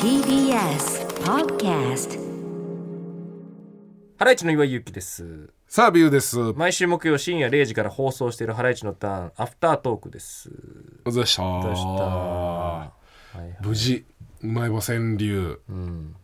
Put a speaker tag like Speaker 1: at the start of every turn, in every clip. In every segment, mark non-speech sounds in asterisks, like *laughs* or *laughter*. Speaker 1: TBS Podcast
Speaker 2: ハライチの岩井ゆきです。
Speaker 3: さあビューです。お
Speaker 2: 毎週木曜深夜0時から放送しているハライチのターン、アフタートークです。
Speaker 3: 疲れ様でした。
Speaker 2: でした。はいはい
Speaker 3: 無事うまい棒川柳
Speaker 2: うん。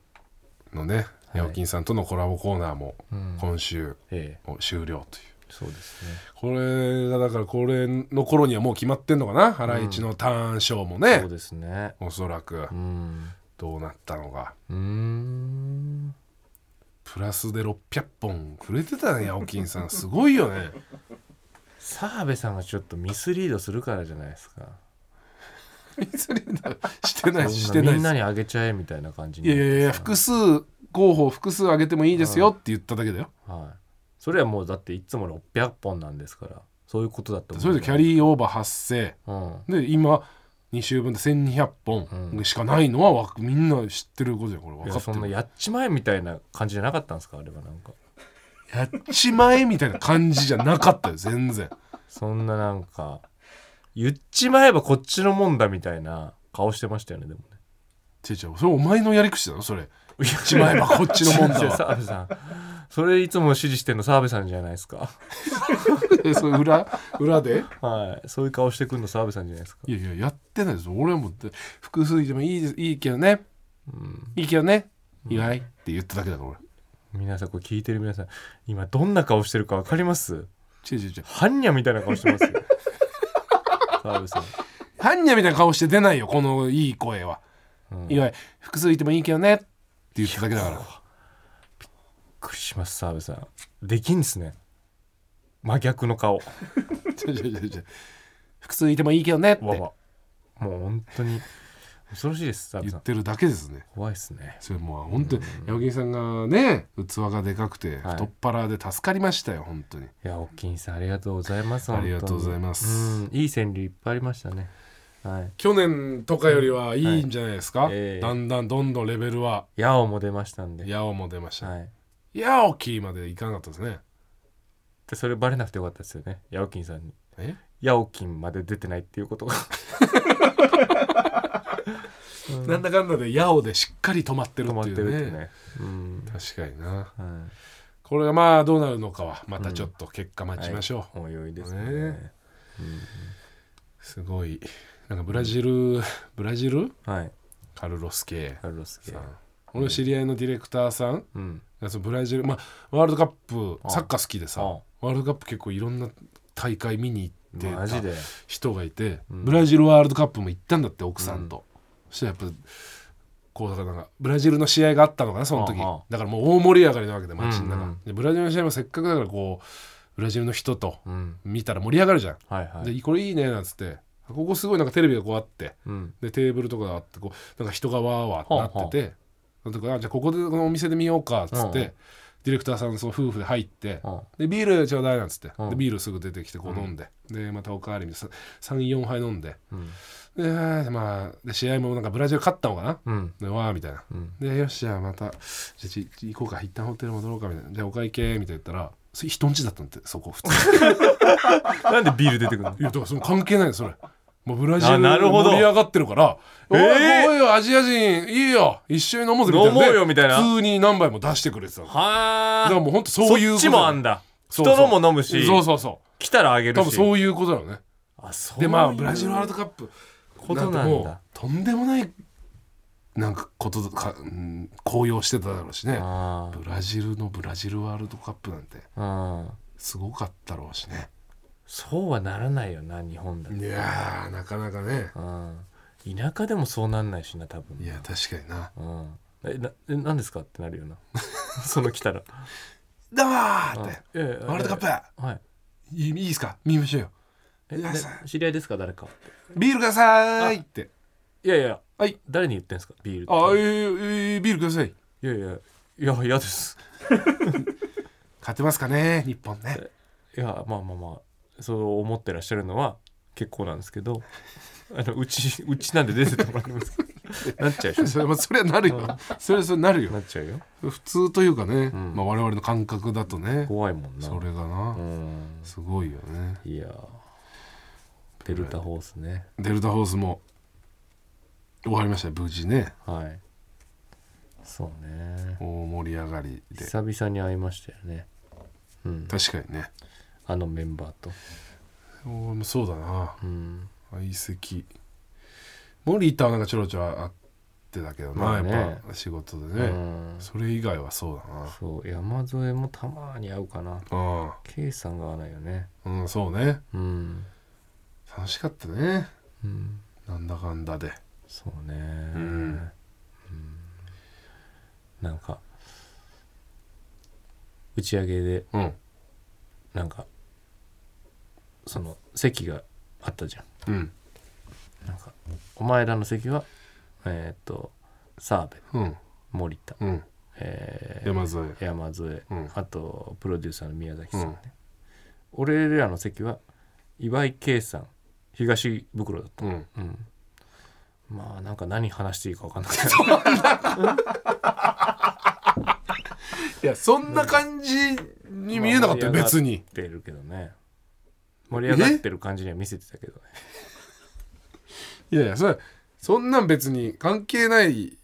Speaker 3: のね、ヤオキンさんとのコラボコーナーも今週
Speaker 2: ええ、
Speaker 3: 終了という。
Speaker 2: そうですね。
Speaker 3: これがだからこれの頃にはもう決まってんのかな。ハライチのターンショーもね
Speaker 2: そう、ですね。
Speaker 3: おそらく
Speaker 2: うん。
Speaker 3: どうなったのか。
Speaker 2: うーん。
Speaker 3: プラスで600本くれてたねヤオキンさんすごいよ
Speaker 2: *laughs*
Speaker 3: ね。
Speaker 2: 澤部さんがちょっとミスリードするからじゃないですか。
Speaker 3: してないし
Speaker 2: そ
Speaker 3: て
Speaker 2: んなみ
Speaker 3: ないで
Speaker 2: ん
Speaker 3: す
Speaker 2: なにあげちゃえみたいな感じ
Speaker 3: い
Speaker 2: に。
Speaker 3: やいやいや複数候補複数上げてもいいですよって言っただけだよ。
Speaker 2: はい。それはもうだっていつも600本なんですから。そういうことだと思う。
Speaker 3: それでキャ
Speaker 2: ー。
Speaker 3: リーオーバー発生。
Speaker 2: うん。
Speaker 3: で今2週分で1200本しかないのはわみんな知ってることじゃんこれ
Speaker 2: い
Speaker 3: 分か
Speaker 2: や
Speaker 3: って
Speaker 2: そんな
Speaker 3: る
Speaker 2: やっちまえみたいな感じじゃなかったんですかあれはなんか
Speaker 3: やっちまえみたいな感じじゃなかったよ全然
Speaker 2: そんななんか言っちまえばこっちのもんだみたいな顔してましたよねでもね
Speaker 3: ちえちゃんそれお前のやり口だろそれ
Speaker 2: 言っ
Speaker 3: ちまえばこっち
Speaker 2: *laughs*
Speaker 3: のもんだわ
Speaker 2: 澤部さんそれいつも支持してんの澤部さんじゃないですか
Speaker 3: えそれ裏裏で
Speaker 2: はいそういう顔してくんの澤部さんじゃないですか
Speaker 3: いやいややってないです俺はもうで複数でもいいですいいけどね
Speaker 2: うん
Speaker 3: いいけどね岩井って言っただけだから俺
Speaker 2: 皆さんこれ聞いてる皆さん今どんな顔してるか分かります
Speaker 3: ちえちえちえ
Speaker 2: ハンニャみたいな顔して
Speaker 3: *laughs*
Speaker 2: ますよ澤部さん
Speaker 3: ハンニャみたいな顔して出ないよこのいい声は、
Speaker 2: うん
Speaker 3: 岩井複数いてもいいけどねって言っただけだから
Speaker 2: びっくりします澤部さんできんですね真逆の顔
Speaker 3: ちえちえちえちえ複数いてもいいけどねって
Speaker 2: わわもう本当に恐ろしいです澤部
Speaker 3: 言
Speaker 2: さん
Speaker 3: ってるだけですね
Speaker 2: 怖いですね
Speaker 3: それもう本当に八木さんがね器がでかくて
Speaker 2: はい
Speaker 3: 太っ腹で助かりましたよ本当に
Speaker 2: いやおっきんさんありがとうございます
Speaker 3: ありがとうござい
Speaker 2: ま
Speaker 3: ます
Speaker 2: うんいい川柳いっぱいありましたねはい
Speaker 3: 去年とかよりはいいんじゃないですか、
Speaker 2: はいええ
Speaker 3: だんだんどんどんレベルは
Speaker 2: 「やお」も出ましたんで
Speaker 3: ヤオも出ました、
Speaker 2: はい
Speaker 3: ヤオキーまでいかなかったですね
Speaker 2: でそれバレなくてよかったですよねやおきんさんに
Speaker 3: え
Speaker 2: 「やおきん」まで出てないっていうことが
Speaker 3: なんだかんだでヤオでしっかり止まってる
Speaker 2: 止ま
Speaker 3: っ
Speaker 2: ってて
Speaker 3: い
Speaker 2: るっ
Speaker 3: う
Speaker 2: て
Speaker 3: ね
Speaker 2: いうねうん
Speaker 3: 確かにな
Speaker 2: は
Speaker 3: これがまあどうなるのかはまたちょっと結果待ちましょう、
Speaker 2: いおいおいです
Speaker 3: ね
Speaker 2: ね
Speaker 3: すごいなんかブラジルブラジル
Speaker 2: はい
Speaker 3: カルロス系
Speaker 2: カルロス系
Speaker 3: さん俺の知り合いのディレクターさん
Speaker 2: うん
Speaker 3: そのブラジル、まあ、ワールドカップ
Speaker 2: あ
Speaker 3: サッカー好きでさ
Speaker 2: あ
Speaker 3: ワールドカップ結構いろんな大会見に行
Speaker 2: マ
Speaker 3: っ
Speaker 2: ジ
Speaker 3: てた
Speaker 2: で
Speaker 3: 人がいて、
Speaker 2: うん
Speaker 3: ブラジルワールドカップも行ったんだって奥さんと、そしたらやっぱこうだからなんかブラジルの試合があったのかなその時
Speaker 2: ああ
Speaker 3: だからもう大盛り上がりなわけで街の中、
Speaker 2: うんうん
Speaker 3: でブラジルの試合もせっかくだからこうブラジルの人と
Speaker 2: うん
Speaker 3: 見たら盛り上がるじゃん、
Speaker 2: はいはい
Speaker 3: でこれいいねなんつってここすごいなんかテレビがこうあって
Speaker 2: うん
Speaker 3: でテーブルとかがあってこうなんか人がわーわーってなってて、なんとかあじゃあここでこのお店で見ようかっつって、
Speaker 2: うんうん
Speaker 3: ディレクターさんその夫婦で入って、
Speaker 2: うん
Speaker 3: でビールちょうだいなんつって、
Speaker 2: うん
Speaker 3: でビールすぐ出てきてこう飲んで、でまたおかわりみたいな34杯飲んで
Speaker 2: うん
Speaker 3: でまあで試合もなんかブラジル勝ったのかな、
Speaker 2: うん
Speaker 3: でわーみたいな、
Speaker 2: うん
Speaker 3: でよしじゃあまたじゃあちち行こうか一旦ホテル戻ろうかみたいなじゃあお会計みたいな言ったらそれ人んちだったんだってそこ普通に
Speaker 2: なんでビール出てくる
Speaker 3: *laughs*
Speaker 2: の
Speaker 3: いやだからその関係ないよそれもうブラジル
Speaker 2: あなるほど
Speaker 3: 盛り上がってるから「おい、
Speaker 2: えー
Speaker 3: おいよアジア人いいよ一緒に飲もうぜ」みた
Speaker 2: 飲
Speaker 3: いな
Speaker 2: もうよみたいな
Speaker 3: 普通に何杯も出してくれてたのだか
Speaker 2: はあ
Speaker 3: らもうほんとそういう
Speaker 2: そっ
Speaker 3: こと
Speaker 2: ちもあんだ
Speaker 3: そうそう
Speaker 2: 人のも飲むし
Speaker 3: そうそうそ
Speaker 2: 来たらあげ
Speaker 3: う多
Speaker 2: る
Speaker 3: 分
Speaker 2: し
Speaker 3: そういうことだろうね
Speaker 2: あそうい
Speaker 3: で
Speaker 2: う
Speaker 3: まあブラジルワールドカップ
Speaker 2: こと
Speaker 3: な
Speaker 2: なん
Speaker 3: て
Speaker 2: ん
Speaker 3: も
Speaker 2: だ
Speaker 3: うとんでもないなんかこととか、うん、高揚してただろうしね
Speaker 2: あ
Speaker 3: ブラジルのブラジルワールドカップなんて
Speaker 2: あうん
Speaker 3: すごかったろうしね
Speaker 2: そうはならないよな日本だと
Speaker 3: いやーなかなかね
Speaker 2: うん田舎でもそうなんないしな多分
Speaker 3: いや確かにな
Speaker 2: うんえなえ何ですかってなるよな *laughs* その来たら
Speaker 3: 「だわ!」って
Speaker 2: あええ
Speaker 3: 「ワールドカップ
Speaker 2: プはい
Speaker 3: いいいいですか見ましょうよ
Speaker 2: え
Speaker 3: いや
Speaker 2: で
Speaker 3: さ
Speaker 2: 知り合いですか誰か
Speaker 3: ビールください!」って
Speaker 2: いやいや
Speaker 3: はい
Speaker 2: 誰に言ってんですかビールっ
Speaker 3: 「
Speaker 2: て
Speaker 3: あえーえービールください
Speaker 2: いやいやいや嫌です
Speaker 3: 勝てますかね日本ね
Speaker 2: いやまあまあまあそう思ってらっしゃるのは結構なんですけどあのうちうちなんで出てってもらいます
Speaker 3: *laughs*
Speaker 2: なっちゃうでし
Speaker 3: *laughs* それまあそれはなるよそれはそれなる
Speaker 2: ょ
Speaker 3: よ
Speaker 2: なっちゃうよ
Speaker 3: 普通というかね、
Speaker 2: ん
Speaker 3: まあ、我々の感覚だとね
Speaker 2: 怖いもんな
Speaker 3: それがな、
Speaker 2: うん
Speaker 3: すごいよね
Speaker 2: いやーデルタホースね
Speaker 3: デルタホースも終わりましたよ無事ね
Speaker 2: はいそうね
Speaker 3: 大盛り上がりで
Speaker 2: 久々に会いましたよねうん
Speaker 3: 確かにね
Speaker 2: あのメンバーと
Speaker 3: おもそうだな
Speaker 2: うん
Speaker 3: 相席モリータはなんかちょろちょろあってたけどな、
Speaker 2: まあね
Speaker 3: やっぱ仕事でね、
Speaker 2: うん
Speaker 3: それ以外はそうだな
Speaker 2: そう山添もたまに会うかな
Speaker 3: あ
Speaker 2: K さんが合わないよね
Speaker 3: あうんそうね
Speaker 2: うん、
Speaker 3: 楽しかったね
Speaker 2: うん、
Speaker 3: なんだかんだで
Speaker 2: そうね
Speaker 3: うん
Speaker 2: うんなんか打ち上げで
Speaker 3: うん
Speaker 2: なんかその席があったじゃ
Speaker 3: うん
Speaker 2: んなんかお前らの席はえーっと澤部
Speaker 3: うん
Speaker 2: 森田、
Speaker 3: うん
Speaker 2: えー
Speaker 3: 山添
Speaker 2: 山添、
Speaker 3: うん
Speaker 2: あとプロデューサーの宮崎さんね、
Speaker 3: うん
Speaker 2: 俺らの席は岩井圭さん東袋だった
Speaker 3: うん
Speaker 2: うんまあなんか何話していいか分かん
Speaker 3: *laughs*
Speaker 2: ない
Speaker 3: いやそんな感じに見えなかったよ
Speaker 2: まあ
Speaker 3: 別に
Speaker 2: 出るけどね盛り上がってる感じには見せてたけどね
Speaker 3: いやいやそれそんなん別に関係ない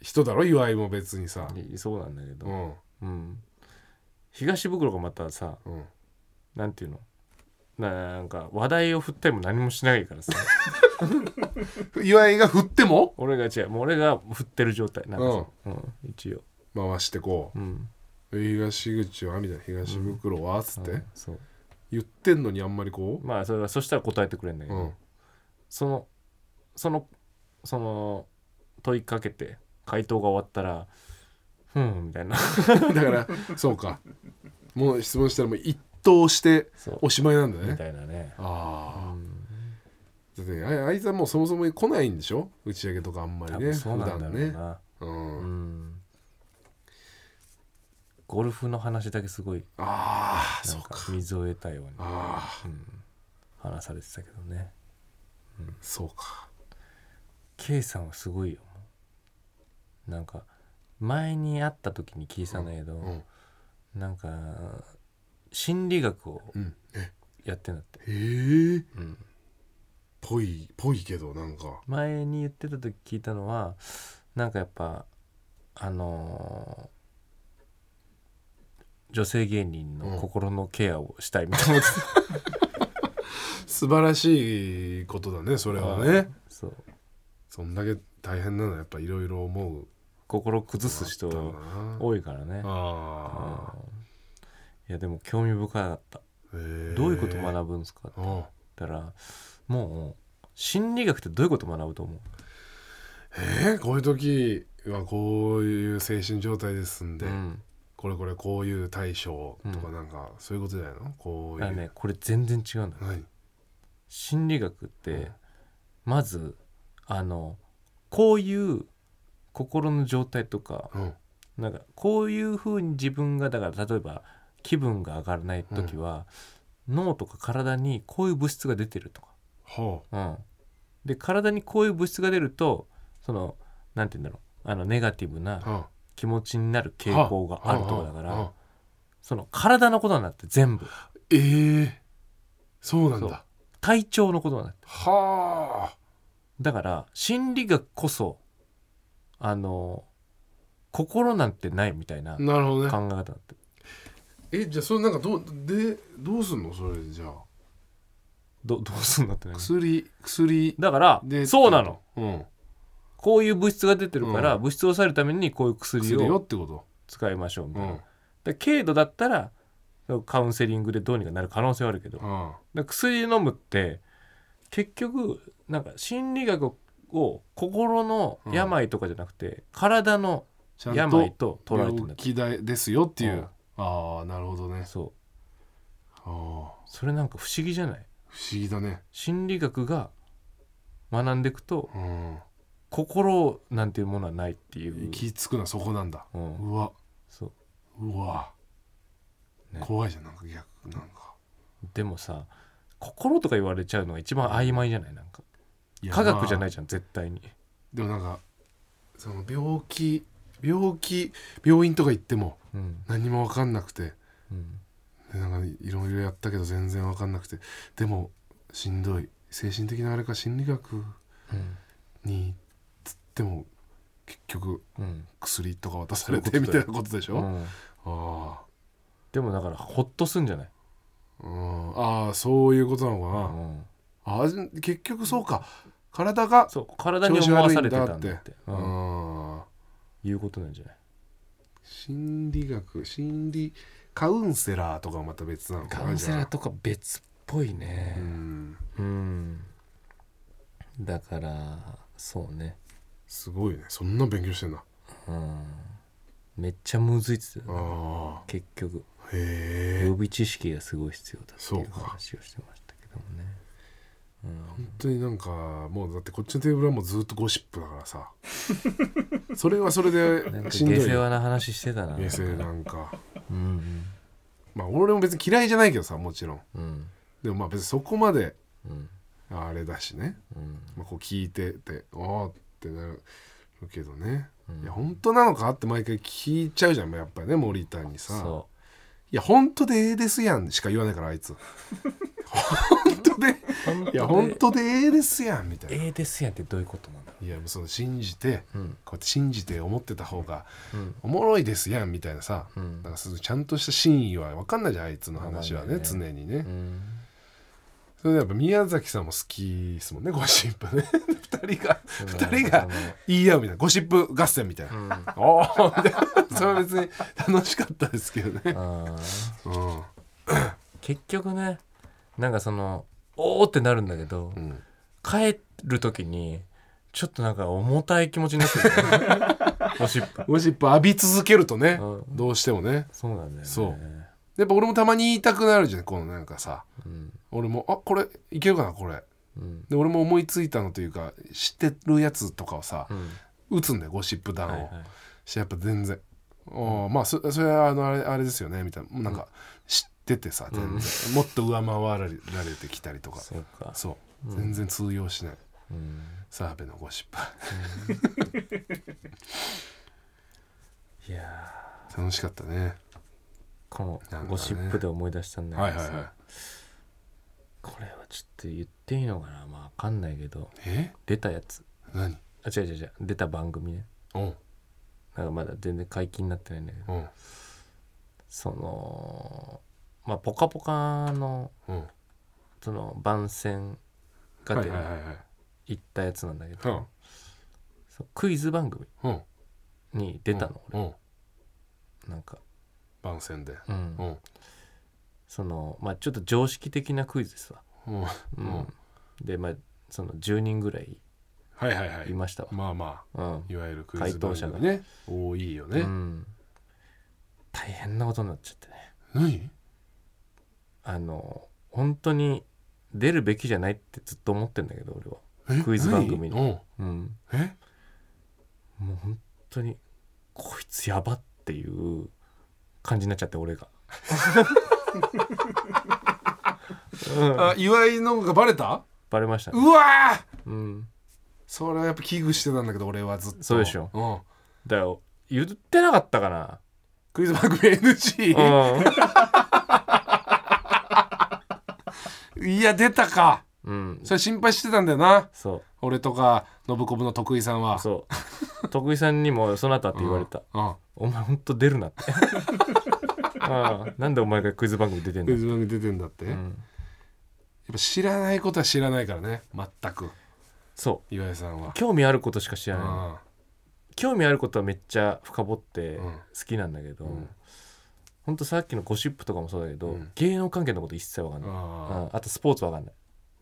Speaker 3: 人だろ岩井も別にさ
Speaker 2: いそうなんだけど、
Speaker 3: う
Speaker 2: うん
Speaker 3: ん
Speaker 2: 東袋がまたさ
Speaker 3: うん
Speaker 2: なんていうのなんか話題を振っても何もしない
Speaker 3: *laughs*
Speaker 2: からさ
Speaker 3: 岩井が振っても
Speaker 2: 俺が違うもう俺が振ってる状態なんかさ、うん一応、
Speaker 3: 回してこ
Speaker 2: うん、
Speaker 3: う東口はみたいな東袋はっつって
Speaker 2: あそう
Speaker 3: 言ってんのにあんまりこ
Speaker 2: まあそれはそしたら答えてくれるんだ
Speaker 3: う
Speaker 2: け
Speaker 3: う
Speaker 2: ど、
Speaker 3: ん
Speaker 2: そのそのその問いかけて回答が終わったら「ふん」みたいな
Speaker 3: *laughs* だからそうかもう質問したらもう一答して
Speaker 2: そう
Speaker 3: おしまいなんだ
Speaker 2: *laughs* み
Speaker 3: ね
Speaker 2: たいなね、う
Speaker 3: ああ
Speaker 2: ん、
Speaker 3: だってああいつはもうそもそも来ないんでしょ打ち上げとかあんまり
Speaker 2: 多
Speaker 3: ね
Speaker 2: 分そ
Speaker 3: 普
Speaker 2: うなんだろ
Speaker 3: 段
Speaker 2: う
Speaker 3: ね
Speaker 2: な、
Speaker 3: うん
Speaker 2: うん、ゴルフの話だけすごい
Speaker 3: ああ
Speaker 2: な
Speaker 3: そ
Speaker 2: ん
Speaker 3: う
Speaker 2: か
Speaker 3: か
Speaker 2: 水を得たように、
Speaker 3: ああ
Speaker 2: うん、話されてたけどね
Speaker 3: そうか
Speaker 2: K さんはすごいよなんか前に会った時に聞いたんだけど、
Speaker 3: うん
Speaker 2: なんか心理学を
Speaker 3: うんえ
Speaker 2: やってんだって、
Speaker 3: へえ
Speaker 2: うん、
Speaker 3: ぽいぽいけどなんか
Speaker 2: 前に言ってた時聞いたのはなんかやっぱあのー女性芸人の心のケアをしたいみたい
Speaker 3: *laughs*
Speaker 2: な、
Speaker 3: 素晴らしいことだねそれはね
Speaker 2: そう
Speaker 3: そんだけ大変なのやっぱいろいろ思う
Speaker 2: 心崩す
Speaker 3: だろう
Speaker 2: 人
Speaker 3: な
Speaker 2: 多いからね、
Speaker 3: あ
Speaker 2: うんいやでも興味深かった
Speaker 3: あへえ
Speaker 2: どういうこと学ぶんですかって
Speaker 3: うん
Speaker 2: 言ったらもう心理学ってどういうこと学ぶと思う
Speaker 3: えーこういう時はこういう精神状態ですんで、
Speaker 2: うん、
Speaker 3: これこれこういう対処とか
Speaker 2: うん
Speaker 3: なんかそういうことじゃないのこ
Speaker 2: だ
Speaker 3: う
Speaker 2: か
Speaker 3: いう、
Speaker 2: らねこれ全然違うんだよ
Speaker 3: 何
Speaker 2: 心理学って、
Speaker 3: うん
Speaker 2: まずあのこういう心の状態とか
Speaker 3: うん
Speaker 2: なんかこういうふうに自分がだから例えば気分が上がらない時は、脳とか体にこういう物質が出てるとか、
Speaker 3: は
Speaker 2: うん、で体にこういう物質が出るとそのなんて言うんだろうあのネガティブ
Speaker 3: あ、
Speaker 2: な
Speaker 3: は
Speaker 2: 気持ちになる
Speaker 3: あ
Speaker 2: 傾向があるとかだか
Speaker 3: はあは
Speaker 2: ら
Speaker 3: あ
Speaker 2: その体のことになって全部
Speaker 3: えー、そうなんだ
Speaker 2: 体調のことになって
Speaker 3: はあ
Speaker 2: だから心理学こそあの心なんてないみたいな考
Speaker 3: なるほど
Speaker 2: え
Speaker 3: ね
Speaker 2: 方だって
Speaker 3: えじゃあそれなんかどうでどうすんのそれじゃあ
Speaker 2: ど *laughs* どうすんのってなる
Speaker 3: 薬薬
Speaker 2: だから
Speaker 3: で
Speaker 2: そうなの
Speaker 3: うん
Speaker 2: こういう物質が出てるから、
Speaker 3: うん
Speaker 2: 物質を抑えるためにこういう薬
Speaker 3: 薬よ
Speaker 2: を
Speaker 3: ってこと
Speaker 2: 使いましょうみ
Speaker 3: う
Speaker 2: たいな、
Speaker 3: ん
Speaker 2: で軽度だったらカウンセリングでどうにかなる可能性はあるけど、
Speaker 3: うん
Speaker 2: で薬飲むって結局なんか心理学を心の病とかじゃなくて、体の
Speaker 3: ちゃん
Speaker 2: 病
Speaker 3: と
Speaker 2: と捉えてるんだ
Speaker 3: 病
Speaker 2: って
Speaker 3: 気だですよっていう、
Speaker 2: うん
Speaker 3: ああなるほどね
Speaker 2: そう
Speaker 3: ああ不
Speaker 2: それなんか不思議じゃない
Speaker 3: 思議だね
Speaker 2: 心理学が学んでいくと
Speaker 3: うん
Speaker 2: 心なんていうものはないっていう
Speaker 3: 行、き着くのはそこなんだ、
Speaker 2: う、
Speaker 3: うんわ
Speaker 2: そう
Speaker 3: うわ、
Speaker 2: ね
Speaker 3: 怖いじゃんなんか逆なんか
Speaker 2: でもさ心とか言われちゃうのが一番曖昧じゃないなんか
Speaker 3: いや
Speaker 2: 科学じゃないいじゃん絶対に
Speaker 3: でもなんかその病気病気病院とか行っても
Speaker 2: うん
Speaker 3: 何も分かんなくて
Speaker 2: うん
Speaker 3: でなんかいろいろやったけど全然分かんなくてでもしんどい精神的なあれか心理学
Speaker 2: うん
Speaker 3: につでも結局
Speaker 2: うん
Speaker 3: 薬とか渡され
Speaker 2: そう
Speaker 3: て
Speaker 2: いう
Speaker 3: み
Speaker 2: こと
Speaker 3: た
Speaker 2: だ
Speaker 3: い
Speaker 2: よ
Speaker 3: なことでし
Speaker 2: う
Speaker 3: ょ、
Speaker 2: ん
Speaker 3: あ
Speaker 2: でもだからほっとすんじゃない、
Speaker 3: あうんああそういうことなのか
Speaker 2: うん、
Speaker 3: な、あじ結局そうか体が
Speaker 2: そう体に思わされてたんだってう
Speaker 3: う
Speaker 2: ん
Speaker 3: ん、
Speaker 2: いうことなんじゃない
Speaker 3: 心理学心理カウンセラーとかはまた別なのかな
Speaker 2: カウンセラー
Speaker 3: じ
Speaker 2: とか別っぽい
Speaker 3: ゃあう
Speaker 2: ね
Speaker 3: ん
Speaker 2: うん、だからそうね
Speaker 3: すごいねそんな勉強してんだ
Speaker 2: うんめっちゃむずいっつってた
Speaker 3: ああ
Speaker 2: 結局
Speaker 3: へ
Speaker 2: 予
Speaker 3: え
Speaker 2: 備知識がすごい必要だって
Speaker 3: そ
Speaker 2: いうう
Speaker 3: か
Speaker 2: 話をしてましたけどもね
Speaker 3: 本当になんかもうだってこっちのテーブルはもうずっとゴシップだか
Speaker 2: *laughs*
Speaker 3: らさそれはそれ
Speaker 2: うん、なんか
Speaker 3: でしんどい
Speaker 2: 下世話な話してたな
Speaker 3: 下世なんか
Speaker 2: うん
Speaker 3: まあ俺も別に嫌いじゃないけどさもちろん
Speaker 2: うんうん
Speaker 3: でもまあ別にそこまで
Speaker 2: うん
Speaker 3: あれだしね、
Speaker 2: うん
Speaker 3: まあ、こう聞いてて「ああ」ってなるけどね、
Speaker 2: うん
Speaker 3: いや本当なのかって毎回聞いちゃうじゃんやっぱりね森田にさ
Speaker 2: そ
Speaker 3: いや、本当でええですやんしか言わないから、あ
Speaker 2: *laughs*
Speaker 3: いつ。本当で、
Speaker 2: う
Speaker 3: いや、本当でええですやんみたいな。
Speaker 2: ええですやんってどういうことなんだろ
Speaker 3: いや、もうその信じて、
Speaker 2: う、うん
Speaker 3: こうやって信じて思ってた方が
Speaker 2: うん
Speaker 3: おもろいですやんみたいなさ、
Speaker 2: うん
Speaker 3: なんかそういうちゃんとした真意は分かんないじゃん、あいつの話はね、
Speaker 2: 分か
Speaker 3: 常
Speaker 2: ん
Speaker 3: にね。
Speaker 2: うん、
Speaker 3: それでやっぱ宮崎さんも好きですもんね、ゴシップね。 *laughs* 二人が、二人
Speaker 2: う
Speaker 3: が
Speaker 2: ん
Speaker 3: 言い合うみたいな、ゴシップ合戦みたい
Speaker 2: う
Speaker 3: な。
Speaker 2: んあ
Speaker 3: おーみたいな。それは別に楽しかったですけどね。
Speaker 2: ー
Speaker 3: うん。
Speaker 2: 結局ねなんかそのおおってなるんだけど、
Speaker 3: うん
Speaker 2: 帰る時にちょっとなんか重たい気持ちになってるよね
Speaker 3: *laughs*
Speaker 2: ゴシップ
Speaker 3: ゴシップ浴び続けるとね
Speaker 2: う、ん
Speaker 3: どうしてもね。
Speaker 2: そうなんだよね
Speaker 3: そうやっぱ俺もたまに言いたくなるじゃんこのなんかさ
Speaker 2: うん
Speaker 3: 俺もあこれいけるかなこれ
Speaker 2: うん
Speaker 3: で俺も思いついたのというか知ってるやつとかをさ、
Speaker 2: うん
Speaker 3: 打つんだよゴシップ弾を、
Speaker 2: はいはい
Speaker 3: してやっぱ全然おーまあそそれはあのあれあれですよねみたいななんか知っててさ全然、もっと上回られられてきたりとか
Speaker 2: そうか
Speaker 3: そう、全然通用しない
Speaker 2: うん
Speaker 3: 澤部のゴシップ
Speaker 2: いや
Speaker 3: 楽しかったね
Speaker 2: ーこ
Speaker 3: な
Speaker 2: の
Speaker 3: んかね
Speaker 2: ゴシップで思い出したんだ
Speaker 3: はい
Speaker 2: け
Speaker 3: は
Speaker 2: ど
Speaker 3: い
Speaker 2: さ、
Speaker 3: はい
Speaker 2: これはちょっと言っていいのかなまあわかんないけど
Speaker 3: え
Speaker 2: 出たやつ
Speaker 3: 何
Speaker 2: あ違う違う違う出た番組ね
Speaker 3: うん
Speaker 2: なんかまだ全然解禁になってないんだけど
Speaker 3: うん
Speaker 2: そのまあ「ぽかぽか」の
Speaker 3: うん
Speaker 2: その番宣が
Speaker 3: はいは
Speaker 2: て
Speaker 3: いはいはい
Speaker 2: 行ったやつなんだけど、
Speaker 3: うん
Speaker 2: そうクイズ番組
Speaker 3: うん
Speaker 2: に出たの、
Speaker 3: うんうん
Speaker 2: 俺なんか、
Speaker 3: 番宣で
Speaker 2: うん
Speaker 3: うん
Speaker 2: そのまあちょっと常識的なクイズですわ、
Speaker 3: うん
Speaker 2: うん
Speaker 3: うん
Speaker 2: でまあその10人ぐらい
Speaker 3: はいはいはい
Speaker 2: いましたわ、
Speaker 3: まあま
Speaker 2: う
Speaker 3: あ
Speaker 2: ん
Speaker 3: いわゆるクイズ番組ね多いよね、
Speaker 2: うん大変なことになっちゃってね
Speaker 3: 何
Speaker 2: あの本当に出るべきじゃないってずっと思ってんだけど俺は
Speaker 3: え
Speaker 2: クイズ番組に
Speaker 3: 何うん
Speaker 2: うん
Speaker 3: え
Speaker 2: もう本当にこいつやばっていう感じになっちゃって俺がうん
Speaker 3: あ岩井のがバレた
Speaker 2: バレましたね
Speaker 3: うわー
Speaker 2: うん
Speaker 3: それはやっぱ危惧してたんだけど俺はずっと
Speaker 2: そうでしょ
Speaker 3: うん
Speaker 2: だよ言ってなかったかな
Speaker 3: クイズ番組 NG いや出たか
Speaker 2: うん、うん、
Speaker 3: それ心配してたんだよな
Speaker 2: そ
Speaker 3: 俺とか信子部の徳井さんは
Speaker 2: うそう徳井さんにも「そなた」って言われた
Speaker 3: うんうん
Speaker 2: 「お前ほんと出るな」って *laughs* 「ああなんでお前がクイズ番組出てん
Speaker 3: ク
Speaker 2: だ
Speaker 3: イ」ズ番組出てんだって、
Speaker 2: う
Speaker 3: やっ
Speaker 2: ん
Speaker 3: ぱ知らないことは知らないからね全く
Speaker 2: そ
Speaker 3: 岩井さんは
Speaker 2: う興味あることしか知らない
Speaker 3: あ
Speaker 2: 興味あることはめっちゃ深掘って
Speaker 3: うん
Speaker 2: 好きなんだけど、
Speaker 3: うん
Speaker 2: ほんとさっきのゴシップとかもそうだけど、
Speaker 3: うん
Speaker 2: 芸能関係のこと一切わかんない、う
Speaker 3: あ
Speaker 2: んあとスポーツわかんない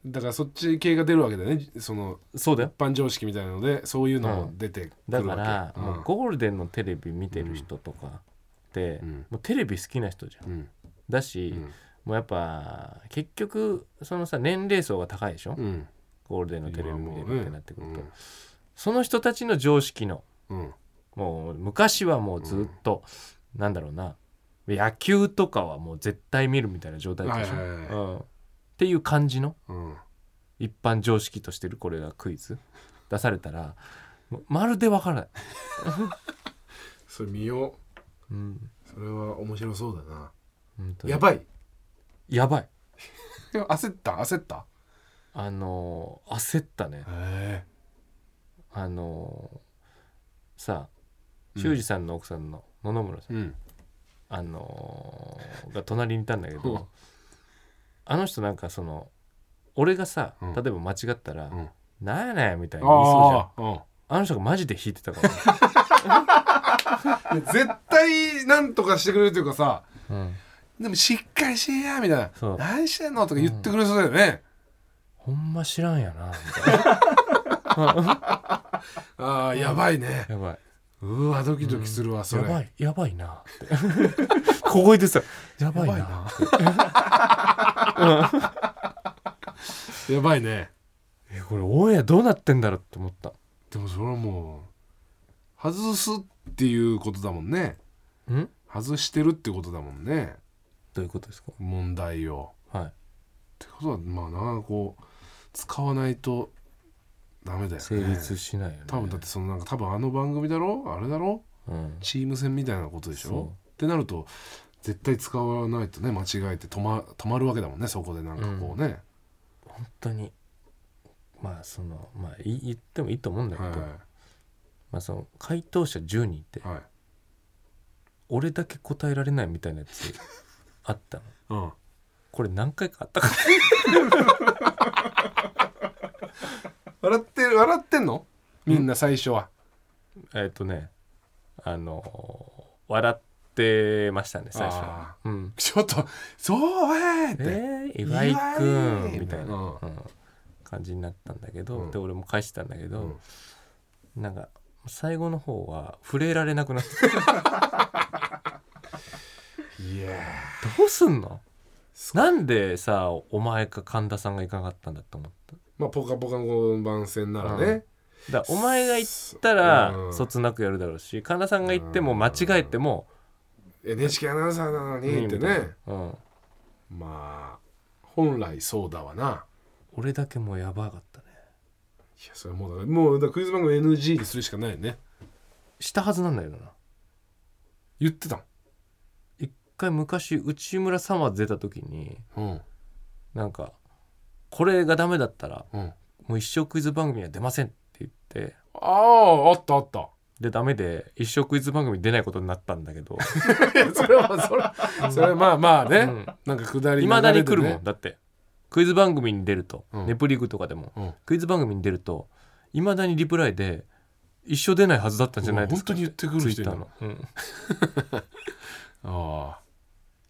Speaker 3: だからそっち系が出るわけだよねその
Speaker 2: そうだよ
Speaker 3: 一般常識みたいなのでそういうのも出てく
Speaker 2: だ
Speaker 3: る
Speaker 2: か
Speaker 3: わけ
Speaker 2: ら、
Speaker 3: うん
Speaker 2: もうゴールデンのテレビ見てる人とかって、
Speaker 3: うん
Speaker 2: もうテレビ好きな人じゃん
Speaker 3: うん
Speaker 2: だし、
Speaker 3: うん
Speaker 2: もうやっぱ結局そのさ年齢層が高いでしょ、
Speaker 3: うん
Speaker 2: ゴールデンのテレビ見れるってなってくると、
Speaker 3: 今もね
Speaker 2: その人たちの常識の
Speaker 3: うん
Speaker 2: もう昔はもうずっと、なんだろうな野球とかはもう絶対見るみたいな状態でしょ、
Speaker 3: はいはいはい
Speaker 2: うん、っていう感じの
Speaker 3: うん
Speaker 2: 一般常識としてるこれがクイズ出されたらもうまるでわからない、
Speaker 3: それ見よ
Speaker 2: うん、
Speaker 3: うそれは面白そうだな
Speaker 2: 本当に
Speaker 3: やばい
Speaker 2: やばい
Speaker 3: でも焦った焦った
Speaker 2: あのー焦ったね
Speaker 3: へえ
Speaker 2: あのーさ修二さんの奥さんの野々村さん、
Speaker 3: うん
Speaker 2: あのーが隣にいたんだけ
Speaker 3: ほ *laughs* う
Speaker 2: どあの人なんかその俺がさ
Speaker 3: うん
Speaker 2: 例えば間違ったら
Speaker 3: うん
Speaker 2: 「なんやねん」みたいに言いそうじゃん
Speaker 3: ああ
Speaker 2: あの人がマジで弾いてたから、
Speaker 3: うん絶対なんとかしてくれるというかさ
Speaker 2: うん
Speaker 3: でもしっかりしいやみたい
Speaker 2: そ
Speaker 3: な
Speaker 2: う
Speaker 3: 何してんのとか言ってくれそうだよね、
Speaker 2: ほんま知らんやなみたいな
Speaker 3: ああやばいね
Speaker 2: やばい。
Speaker 3: うわドキドキするわそ
Speaker 2: や
Speaker 3: れ
Speaker 2: ばいやばいなって
Speaker 3: *laughs*
Speaker 2: 小声でさやばいな
Speaker 3: やばいやばいね
Speaker 2: えこれオンエアどうなってんだろうって思った
Speaker 3: でもそれはもう外すっていうことだもんね
Speaker 2: ん
Speaker 3: 外してるってことだもんね
Speaker 2: どういうことですか
Speaker 3: 問題を
Speaker 2: はい
Speaker 3: ってことはまあなかなかこう使わないとダメだよね
Speaker 2: 成立しないよね
Speaker 3: 多分だってそのなんか多分あの番組だろあれだろ
Speaker 2: うん
Speaker 3: チーム戦みたいなことでし
Speaker 2: そう
Speaker 3: ょってなると絶対使わないとね間違えて止ま止まるわけだもんねそこでなんかこうね、
Speaker 2: 本当にまあそのまあい言ってもいいと思うんだけ
Speaker 3: は
Speaker 2: ど、
Speaker 3: い
Speaker 2: まあその回答者10人いて
Speaker 3: はい、はい
Speaker 2: 俺だけ答えられないみたいなやつあったの
Speaker 3: うん、
Speaker 2: これ何回かあ
Speaker 3: *laughs*
Speaker 2: ったから
Speaker 3: 笑ってる笑ってんのみんな最初は、
Speaker 2: えっとねあの笑ってましたね最初は
Speaker 3: あ
Speaker 2: うん
Speaker 3: ちょっと「そうえー!」って、
Speaker 2: えー、
Speaker 3: 岩
Speaker 2: 岩
Speaker 3: 井
Speaker 2: 井くんみたい
Speaker 3: みたいな
Speaker 2: な、うん感じになったんだけど、
Speaker 3: うん
Speaker 2: で俺も返してたんだけど、なんか最後の方は触れられなくなって *laughs*
Speaker 3: いやー
Speaker 2: どうすんのなんでさお前か神田さんがいかなかったんだって思っ
Speaker 3: まあ「ぽかぽか」の番宣ならね、
Speaker 2: ただからお前が行ったら
Speaker 3: うん
Speaker 2: そつなくやるだろうし神田さんが行っても間違えても
Speaker 3: NHK アナウンサーなのにって
Speaker 2: みたい
Speaker 3: ね
Speaker 2: なうん
Speaker 3: まあ本来そうだわな
Speaker 2: 俺だけもうやばかったね
Speaker 3: いやそれはもうだからもうだからクイズ番組 NG にするしかないよね
Speaker 2: したはずなんだけどな
Speaker 3: 言ってたも
Speaker 2: 一回昔内村様出た時に
Speaker 3: んうん
Speaker 2: なんかこれがダメだったら
Speaker 3: うん
Speaker 2: もう一生クイズ番組には出ませんって言って
Speaker 3: あああったあった
Speaker 2: でダメで一生クイズ番組に出ないことになったんだけど
Speaker 3: いや *laughs* それはそれそれはまあまあね、
Speaker 2: うん
Speaker 3: なんか下り
Speaker 2: いまだに来るもんだってクイズ番組に出ると、
Speaker 3: うん
Speaker 2: ネプリーグとかでも、
Speaker 3: うん
Speaker 2: クイズ番組に出るといまだにリプライで一生出ないはずだったんじゃないですか
Speaker 3: うわ本当に言ってくる人
Speaker 2: ツイッ
Speaker 3: いる
Speaker 2: ターの、うん
Speaker 3: ああ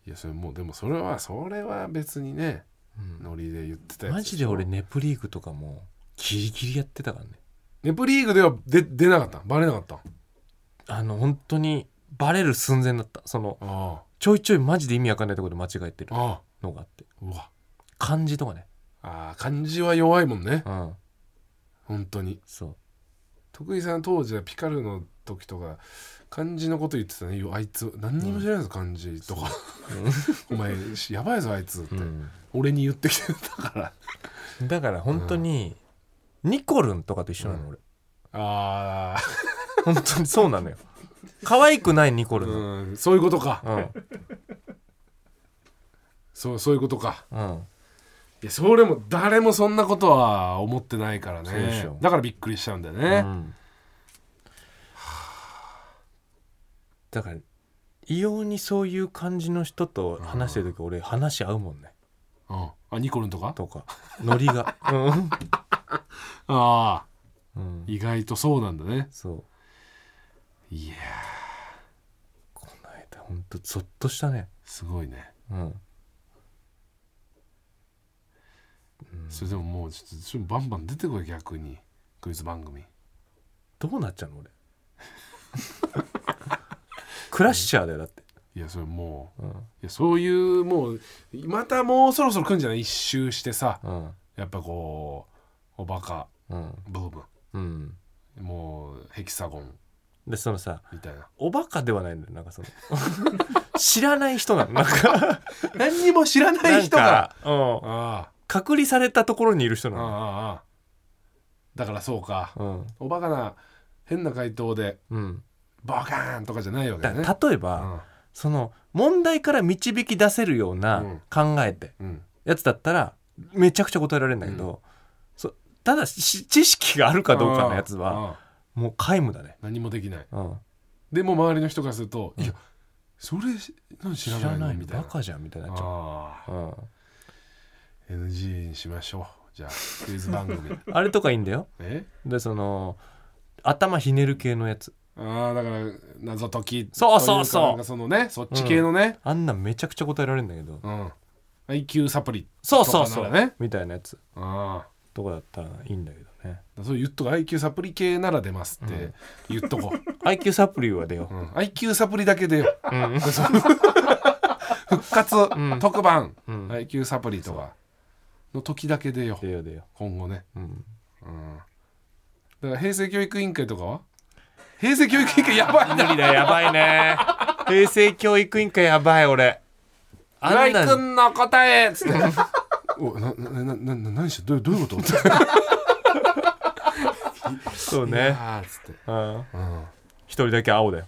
Speaker 3: いやそれもうでもそれはそれは別にねノリで言ってた
Speaker 2: う
Speaker 3: や
Speaker 2: ん
Speaker 3: つ
Speaker 2: マジで俺ネプリーグとかもギリギリやってたからね
Speaker 3: ネプリーグでは出出なかったバレなかったあ
Speaker 2: あの本当にバレる寸前だったその
Speaker 3: あ
Speaker 2: ちょいちょいマジで意味わかんないところで間違えてる
Speaker 3: ああ
Speaker 2: のがあって
Speaker 3: うわ
Speaker 2: 漢字とかね
Speaker 3: ああ漢字は弱いもんね
Speaker 2: うん
Speaker 3: 本当に
Speaker 2: そう
Speaker 3: 徳井さん当時はピカルの時とか漢字のこと言ってたねよあいつ何にも知らないぞ漢字とか、お前やばいぞあいつって、俺に言ってきてたから
Speaker 2: だから本当に、ニコルンとかと一緒なの、俺
Speaker 3: ああ
Speaker 2: 本当にそうなのよ可愛くないニコルン、
Speaker 3: うんそういうことか
Speaker 2: うん
Speaker 3: そうそういうことか
Speaker 2: うん
Speaker 3: いやそれも誰もそんなことは思ってないから
Speaker 2: そうでし
Speaker 3: ね
Speaker 2: ょ
Speaker 3: だからびっくりしちゃうんだよ
Speaker 2: う
Speaker 3: ね、
Speaker 2: んだから異様にそういう感じの人と話してる時俺話し合うもんね
Speaker 3: うんあニコルンとか
Speaker 2: とかノリが
Speaker 3: ああ
Speaker 2: うん、うん、
Speaker 3: 意外とそうなんだね
Speaker 2: そう
Speaker 3: いやー
Speaker 2: この間ほんとゾッとしたね
Speaker 3: すごいね
Speaker 2: うん
Speaker 3: それでももうちょっとちょっとバンバン出てこい逆にクイズ番組
Speaker 2: どうなっちゃうの俺クラッシャーだよだって、
Speaker 3: いやそれもう、
Speaker 2: うん
Speaker 3: いやそういうもうまたもうそろそろ来るんじゃない一周してさ
Speaker 2: うん
Speaker 3: やっぱこうおバカ
Speaker 2: うん
Speaker 3: ブーム
Speaker 2: うん
Speaker 3: もうヘキサゴン
Speaker 2: でそのさ
Speaker 3: みたいな
Speaker 2: おバカではないんだよなんかその知らない人なのなんか
Speaker 3: *laughs* 何にも知らない人が
Speaker 2: なんか、うん、
Speaker 3: あ
Speaker 2: 隔離されたところにいる人
Speaker 3: あああ
Speaker 2: なの
Speaker 3: ああだからそうか
Speaker 2: うん
Speaker 3: おバカな変な回答で
Speaker 2: うん、
Speaker 3: バカーンとかじゃないわけ
Speaker 2: だ
Speaker 3: だね
Speaker 2: から例えば、その問題から導き出せるよう
Speaker 3: う
Speaker 2: なん考えて
Speaker 3: うんうん
Speaker 2: やつだったらめちゃくちゃ答えられるんだけど、そただし知識があるかどうかのやつは
Speaker 3: ああ
Speaker 2: もう皆無だね、
Speaker 3: 何もできない
Speaker 2: うん、
Speaker 3: でも周りの人からすると、いやそれ何知らないのみたいな
Speaker 2: バカじゃんみたいになっちゃ
Speaker 3: あ
Speaker 2: うあ,、
Speaker 3: あ NG にしましょうじゃあクイズ番
Speaker 2: *laughs*
Speaker 3: 組
Speaker 2: うん、あれとかいいんだよ
Speaker 3: え
Speaker 2: でその頭ひねる系のやつ
Speaker 3: ああだから謎解き
Speaker 2: そうそう
Speaker 3: とい
Speaker 2: そう
Speaker 3: かなんかそのねそっち系のね、
Speaker 2: あんなんめちゃくちゃ答えられるんだけど、
Speaker 3: うん IQ サプリ
Speaker 2: そうそうそ
Speaker 3: と
Speaker 2: う、
Speaker 3: かならね
Speaker 2: みたいなやつ
Speaker 3: ああ
Speaker 2: とかだったらいいんだけどね
Speaker 3: そう言っとこう IQ サプリ系なら出ますって言っとこう、
Speaker 2: IQ サプリは出よ
Speaker 3: う
Speaker 2: う、
Speaker 3: ん IQ サプリだけでよ
Speaker 2: うん
Speaker 3: *laughs* 復活
Speaker 2: ん
Speaker 3: 特番、
Speaker 2: うん
Speaker 3: IQ サプリとかの時だけでよ
Speaker 2: 出よう出よ
Speaker 3: 今後ね、
Speaker 2: う、うん、
Speaker 3: うん、だから平成教育委員会とかは平成教育委員会やばい
Speaker 2: 無理だやばいね平成教育委員会やばい俺あ
Speaker 3: 浦
Speaker 2: ん
Speaker 3: 井
Speaker 2: なん
Speaker 3: 君の答えっつっておななななな何してどうどういうこと
Speaker 2: そう
Speaker 3: い
Speaker 2: *laughs* ね
Speaker 3: やーっつって、
Speaker 2: うん
Speaker 3: うん、
Speaker 2: 一人だけ青だよ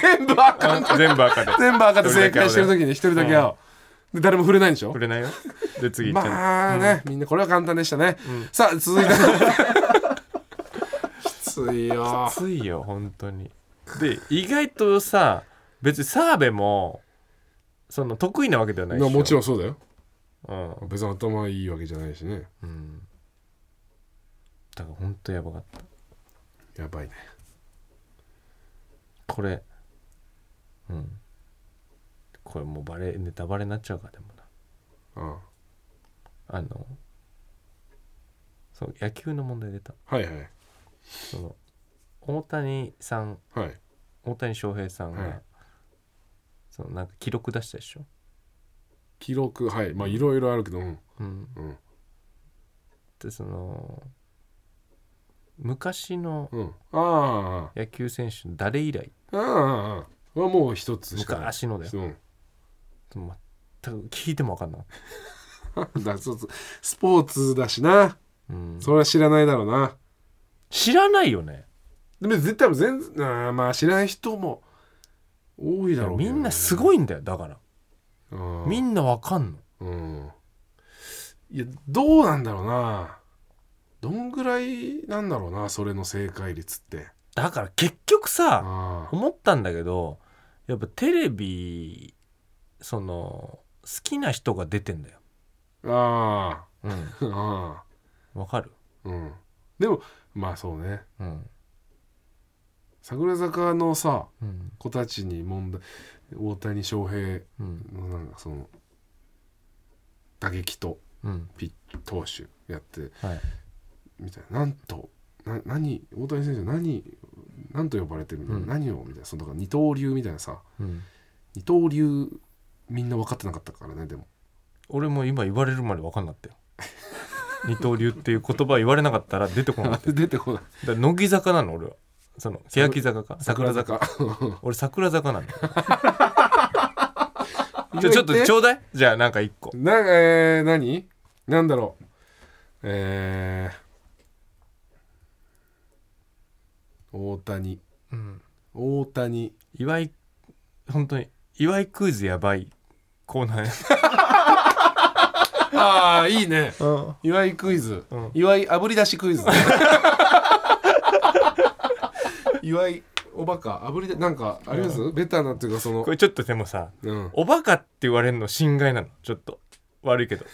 Speaker 3: 全部赤
Speaker 2: 全部赤で
Speaker 3: *laughs* 全部赤で正解してる時に一人だけ青、で誰も触れないんでしょ
Speaker 2: 触れないよで次行っちゃう
Speaker 3: まあね、みんなこれは簡単でしたね、さあ続いて *laughs* きついよ
Speaker 2: 熱いよ本当にで意外とさ別に澤部もその得意なわけではないし
Speaker 3: もちろ
Speaker 2: ん、
Speaker 3: んそうだよ
Speaker 2: うんうん、
Speaker 3: 別に頭いいわけじゃないしね
Speaker 2: だから本当やばかった
Speaker 3: やばいね
Speaker 2: これうんこれもうバレネタバレになっちゃうかでもな
Speaker 3: うん
Speaker 2: あのそう野球の問題出た
Speaker 3: はいはい
Speaker 2: その大谷さん
Speaker 3: はい
Speaker 2: 大谷翔平さんが、
Speaker 3: はい
Speaker 2: そのなんか記録出したでしょ、
Speaker 3: 記録はいまあいろいろあるけどうん
Speaker 2: うん
Speaker 3: うん
Speaker 2: でその昔の
Speaker 3: うんあ
Speaker 2: 野球選手の誰以来
Speaker 3: ああああああはもう一つしかない
Speaker 2: 昔のだよ
Speaker 3: うん
Speaker 2: 全く聞いても分かんない、
Speaker 3: *laughs* だそうそうスポーツだしな
Speaker 2: うん、
Speaker 3: それは知らないだろうな
Speaker 2: 知らないよね
Speaker 3: でも絶対全然あーまあ知らない人も多いだろうけ
Speaker 2: み
Speaker 3: どね
Speaker 2: んなすごいんだよだから
Speaker 3: うん
Speaker 2: みんな分かんの
Speaker 3: うんいやどうなんだろうなどんぐらいなんだろうなそれの正解率って
Speaker 2: だから結局さ
Speaker 3: あ
Speaker 2: 思ったんだけどやっぱテレビその好きな人が出てんだよ、
Speaker 3: ーあ
Speaker 2: うん、
Speaker 3: ーあ
Speaker 2: 分かる、
Speaker 3: ーうんでもまあそうね
Speaker 2: うん
Speaker 3: 桜坂のさ
Speaker 2: うん
Speaker 3: 子たちに問題大谷翔平
Speaker 2: うん
Speaker 3: のなんかその打撃と
Speaker 2: うん
Speaker 3: ピッ投手やって
Speaker 2: はい
Speaker 3: みたいななんとな何大谷選手何何と呼ばれてるみたいな、
Speaker 2: うん
Speaker 3: 何をみたいなそのだから二刀流みたいなさ
Speaker 2: うん
Speaker 3: 二刀流みんな分かってなかったからねでも
Speaker 2: 俺も今言われるまで分かんなかったよ *laughs* 二刀流っていう言葉言われなかったら出てこなか *laughs* っただか
Speaker 3: 出てこない
Speaker 2: ら乃木坂なの俺はその欅坂か桜坂
Speaker 3: *laughs*
Speaker 2: 俺桜坂 *laughs* なのじゃあちょっとちょうだいじゃあなんか一個
Speaker 3: なえー、何なんだろうえー、大谷
Speaker 2: うん
Speaker 3: 大谷
Speaker 2: 岩井本当に岩井クイズやばいコーナー
Speaker 3: ああいいね
Speaker 2: や
Speaker 3: 岩井クイズ、
Speaker 2: うん
Speaker 3: 岩井炙り出しクイズ岩井おバカ炙りでなんかあります、ベタなっていうかその
Speaker 2: これちょっとでもさ
Speaker 3: うん
Speaker 2: おバカって言われるの心外なのちょっと悪いけど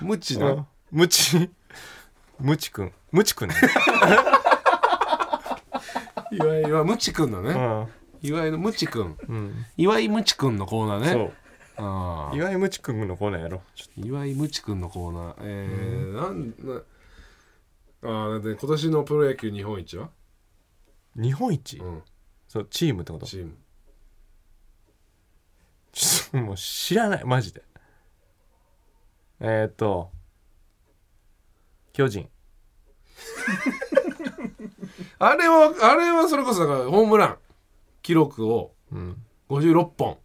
Speaker 3: 無知な、
Speaker 2: ムチムチくんムチくんね、
Speaker 3: 岩井はムチくんだね、
Speaker 2: うん
Speaker 3: 岩井のムチくん
Speaker 2: うん、
Speaker 3: *laughs* 岩井ムチくんのコーナーね
Speaker 2: そう
Speaker 3: あー
Speaker 2: 岩井ムチくんのコーナーやろうちょっ
Speaker 3: 岩井ムチくんのコーナーえーなんなあーだって今年のプロ野球日本一は、
Speaker 2: と日本一、
Speaker 3: うん、
Speaker 2: そうチームってこと
Speaker 3: チーム
Speaker 2: ちょっともう知らないマジでえー、っと巨人
Speaker 3: あれはあれはそれこそだからホームラン記録を
Speaker 2: うん
Speaker 3: 56本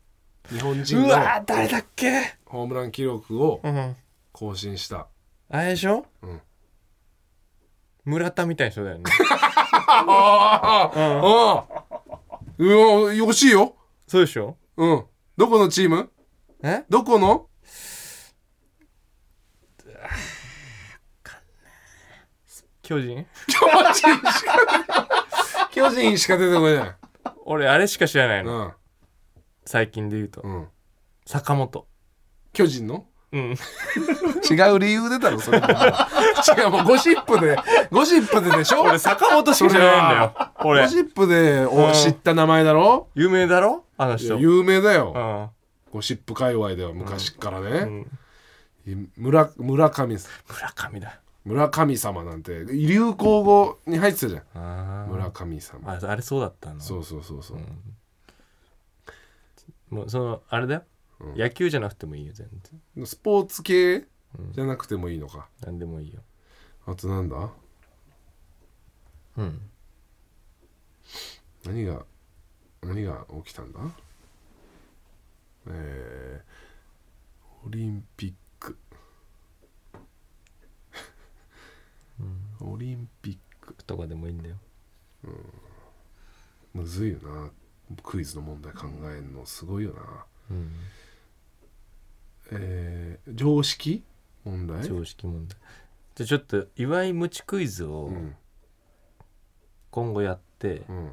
Speaker 3: 日本人
Speaker 2: う
Speaker 3: の
Speaker 2: わー誰だっけ
Speaker 3: ホームラン記録を
Speaker 2: うん
Speaker 3: 更新した
Speaker 2: あれでしょ、
Speaker 3: うん
Speaker 2: 村田みたいな人だよね
Speaker 3: ああああうわ惜しいよ
Speaker 2: そうでしょ
Speaker 3: うんどこのチーム
Speaker 2: え
Speaker 3: どこの
Speaker 2: 巨人
Speaker 3: 巨人しか巨人しか出てこない
Speaker 2: 俺あれしか知らないの、
Speaker 3: うん
Speaker 2: 最近で言うと
Speaker 3: うん
Speaker 2: 坂本
Speaker 3: 巨人の
Speaker 2: うん
Speaker 3: 違う理由でだろそれも *laughs* 違うもうゴシップでゴシップでで *laughs* しょ
Speaker 2: 俺坂本しか知らないんだよ *laughs*
Speaker 3: ゴ
Speaker 2: 俺
Speaker 3: シップで
Speaker 2: うん
Speaker 3: お知った名前だろ
Speaker 2: 有名だろあの
Speaker 3: いや
Speaker 2: 人
Speaker 3: 有名だ
Speaker 2: う
Speaker 3: よ
Speaker 2: ん
Speaker 3: ゴシップ界隈では昔から
Speaker 2: う
Speaker 3: ね
Speaker 2: ん
Speaker 3: 村村上さん
Speaker 2: 村上だ
Speaker 3: 村神様なんて流行語に入ってたじゃん
Speaker 2: あ
Speaker 3: 村神様
Speaker 2: ああれそうだったの
Speaker 3: そうそうそうそう
Speaker 2: もうそのあれだよ、
Speaker 3: うん
Speaker 2: 野球じゃなくてもいいよ全然
Speaker 3: スポーツ系じゃなくてもいいのか
Speaker 2: 何でもいいよ
Speaker 3: あとなんだ
Speaker 2: うん
Speaker 3: 何が何が起きたんだえー、オリンピック、オリンピック
Speaker 2: とかでもいいんだよ
Speaker 3: むずいよなクイズの問題考えるのすごいよな
Speaker 2: うん
Speaker 3: えー、常識問題
Speaker 2: 常識問題じゃあちょっと岩井ムチクイズを
Speaker 3: うん
Speaker 2: 今後やって、
Speaker 3: うん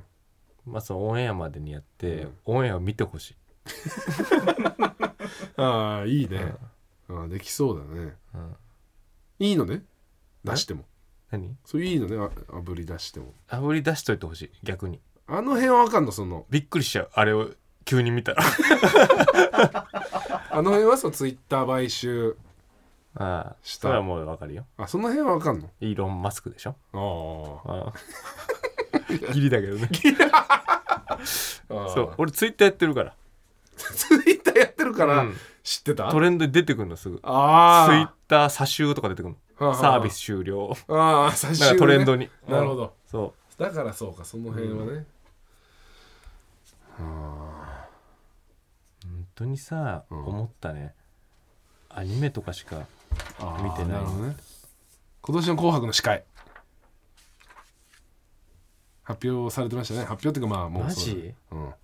Speaker 2: まあそのオンエアまでにやって、
Speaker 3: うん
Speaker 2: オンエアを見てほしい、
Speaker 3: ああいいね、ああできそうだね
Speaker 2: うん、
Speaker 3: いいのね出しても
Speaker 2: 何
Speaker 3: そういいのねあ炙り出しても
Speaker 2: 炙り出しといてほしい逆に
Speaker 3: あの辺はわかんのその
Speaker 2: びっくりしちゃうあれを急に見たら
Speaker 3: あの辺はそうツイッター買収
Speaker 2: *laughs* ああ
Speaker 3: した
Speaker 2: それはもうわかるよ
Speaker 3: あその辺はわかんの
Speaker 2: イーロン・マスクでしょ
Speaker 3: あ
Speaker 2: あ
Speaker 3: *laughs*
Speaker 2: あ *laughs* ギリだけどね
Speaker 3: あ
Speaker 2: そ
Speaker 3: そう
Speaker 2: う俺ツイッターやってるから
Speaker 3: ツイッターやってるか
Speaker 2: う
Speaker 3: ら
Speaker 2: ん
Speaker 3: 知ってた、
Speaker 2: トレンドに出てくるのすぐツイッ
Speaker 3: あ
Speaker 2: ター差しとか出てくる
Speaker 3: はあは
Speaker 2: の
Speaker 3: あ
Speaker 2: サービス終了
Speaker 3: あああ最
Speaker 2: なんかトレンド
Speaker 3: に
Speaker 2: に
Speaker 3: *laughs* なるほど
Speaker 2: そ
Speaker 3: だからそうかその辺はね、
Speaker 2: う本当にさ
Speaker 3: うん
Speaker 2: 思ったねアニメとかしか
Speaker 3: あ
Speaker 2: 見てない
Speaker 3: るほどね今年の「紅白」の司会発表されてましたね発表っていうかまあもう
Speaker 2: マ
Speaker 3: そうだ
Speaker 2: ジ
Speaker 3: うん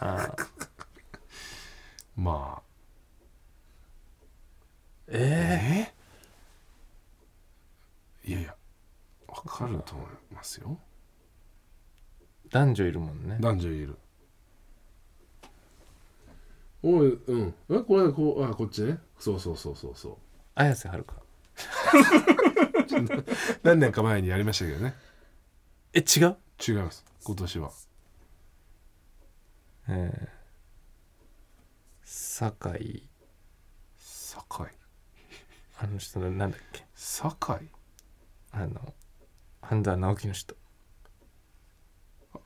Speaker 2: ああ
Speaker 3: *laughs* ま
Speaker 2: え
Speaker 3: あいやいやわかると思いますよ
Speaker 2: ー男女いるもんね
Speaker 3: 男女いるおいうんえこれこうあこっちねそうそうそうそうそう
Speaker 2: 綾瀬はるか
Speaker 3: 何年か前にやりましたけどね
Speaker 2: え違う
Speaker 3: 違います今年は
Speaker 2: えー酒井
Speaker 3: 酒井
Speaker 2: あの人なんだっけ
Speaker 3: 酒井
Speaker 2: あの半沢直樹の人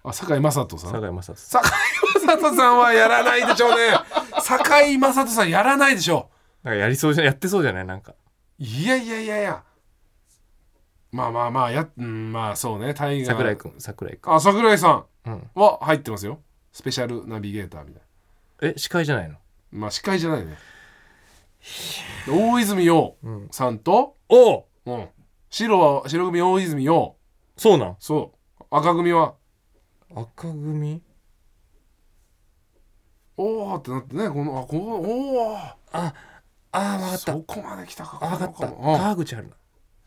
Speaker 3: あ酒井雅人さん
Speaker 2: 酒井雅人さ
Speaker 3: 坂井雅人さんはやらないでしょうね坂井雅人さんやらないでしょ
Speaker 2: んなんかやりそうじゃやってそうじゃないなんか
Speaker 3: ういやいやいやいやまあまあまあやうんまあそうね大河
Speaker 2: 桜井君桜井君
Speaker 3: あ桜井さ
Speaker 2: うん
Speaker 3: んは入ってますよスペシャルナビゲーターみたい
Speaker 2: え司会じゃないの
Speaker 3: なまあ司会じゃないね大泉洋
Speaker 2: うん
Speaker 3: さんと、
Speaker 2: おお
Speaker 3: うん、白は白組大泉洋
Speaker 2: そうなん
Speaker 3: そう赤組は
Speaker 2: 赤組
Speaker 3: おおってなってねこのあこうおお
Speaker 2: ああーわかった
Speaker 3: そこまで来たか
Speaker 2: あわかっ
Speaker 3: こ
Speaker 2: た
Speaker 3: の子もうん
Speaker 2: 川口春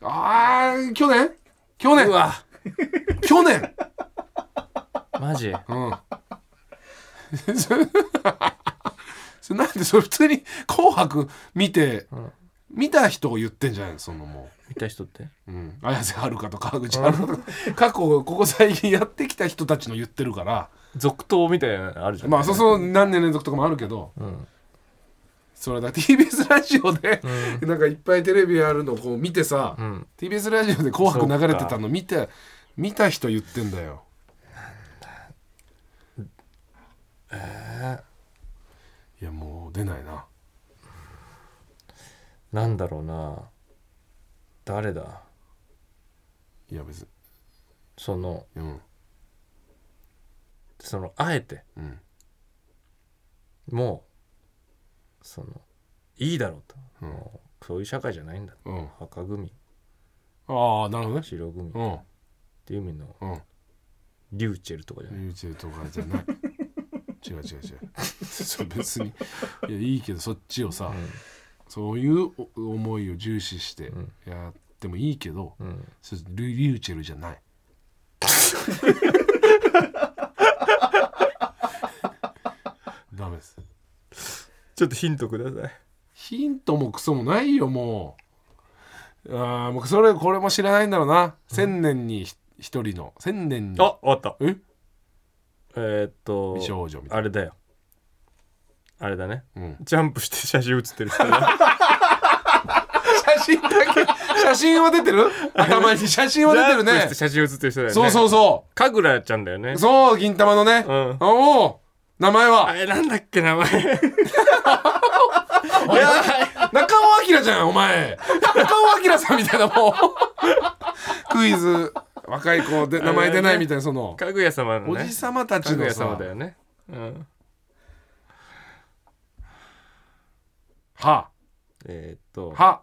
Speaker 3: あー去年去
Speaker 2: 奈う
Speaker 3: 年
Speaker 2: わ
Speaker 3: 去年
Speaker 2: マジ
Speaker 3: うん。 *laughs* それそれなんでそれ普通に「紅白」見て、
Speaker 2: ん
Speaker 3: 見た人を言ってんじゃないのそのも
Speaker 2: 見た人って
Speaker 3: う、うん、綾瀬はるかと川口春香とか *laughs* 過去ここ最近やってきた人たちの言ってるから
Speaker 2: 続投みたいなのあるじゃん
Speaker 3: まあそうそう何年連続とかもあるけど
Speaker 2: うん
Speaker 3: それだ TBS ラジオで、 *laughs* なんかいっぱいテレビあるのこう見てさ、
Speaker 2: うん
Speaker 3: TBS ラジオで「紅白」流れてたの見て見た人言ってんだよ。いやもう出ないな。
Speaker 2: なんだろうな誰だ
Speaker 3: いや別に。
Speaker 2: その
Speaker 3: うん。
Speaker 2: そのあえて
Speaker 3: うん。
Speaker 2: もうそのいいだろうと、
Speaker 3: うん
Speaker 2: もうそういう社会じゃないんだ
Speaker 3: うん。
Speaker 2: 赤組
Speaker 3: ああ、なるほどね。
Speaker 2: 白組っ
Speaker 3: うん。
Speaker 2: ていう意味の
Speaker 3: うん。
Speaker 2: リューチェルとかじゃない、
Speaker 3: リュウチェルとかじゃない。違う違う違う *laughs* そう別にいやいいけどそっちをさ、そういう思いを重視して
Speaker 2: ん
Speaker 3: やってもいいけど、
Speaker 2: うん
Speaker 3: それリリューチェルじ
Speaker 2: *laughs*
Speaker 3: ゃないダメです
Speaker 2: ちょっとヒントください
Speaker 3: ヒントもクソもないよもうあーもうそれこれも知らないんだろうな千年にひ一人の千年に
Speaker 2: あ終わった
Speaker 3: え
Speaker 2: えーっと
Speaker 3: 美少女みたい
Speaker 2: あれだよあれだね
Speaker 3: な、うん、
Speaker 2: ジャンプして写真写ってる人
Speaker 3: *laughs*
Speaker 2: だ
Speaker 3: 写真だけ写真は出
Speaker 2: *laughs*
Speaker 3: てる頭に写真は出てる
Speaker 2: ジャン
Speaker 3: ね
Speaker 2: プして写真写ってる人だよね
Speaker 3: そうそうそ
Speaker 2: 神楽ちゃんだよね
Speaker 3: うそう銀玉のね、
Speaker 2: う
Speaker 3: あ
Speaker 2: ん
Speaker 3: おう名前
Speaker 2: あ
Speaker 3: は
Speaker 2: れなんだっけ名前いや
Speaker 3: 中尾明じゃんお前中尾明さんみたいなもうクイズ若い子で名前出ないみたいなその
Speaker 2: かぐや様の
Speaker 3: お
Speaker 2: ね
Speaker 3: じさまたち
Speaker 2: かぐ
Speaker 3: の
Speaker 2: や
Speaker 3: さ
Speaker 2: 様だよねうん
Speaker 3: は
Speaker 2: えーっと
Speaker 3: は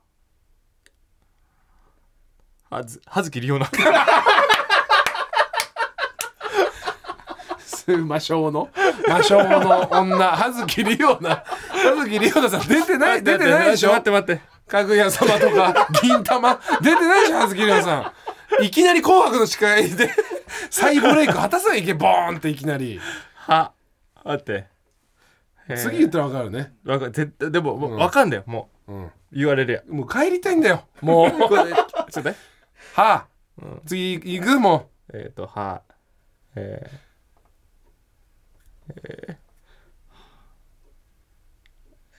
Speaker 2: はず葉月りおな
Speaker 3: 魔性の魔性の女 *laughs* 葉月リオナ葉月リオナさん *laughs* 出
Speaker 2: *laughs*
Speaker 3: てない出てないでしょ
Speaker 2: 待って待って
Speaker 3: かぐや様と
Speaker 2: *laughs*
Speaker 3: か銀玉出てないでしょ葉月リオナさんいきなり「紅白」の司会で再ブレイク果たさないけボーンっていきなり
Speaker 2: は待ってえー
Speaker 3: 次言ったら分かるね、
Speaker 2: わか絶対でももう
Speaker 3: うん
Speaker 2: わかんだよもう
Speaker 3: うん、
Speaker 2: 言われるや
Speaker 3: もう帰りたいんだよもう
Speaker 2: これ *laughs* ちょっとね
Speaker 3: はあ、
Speaker 2: うん
Speaker 3: 次行くも
Speaker 2: えっ、ー、と、は、えー、えー、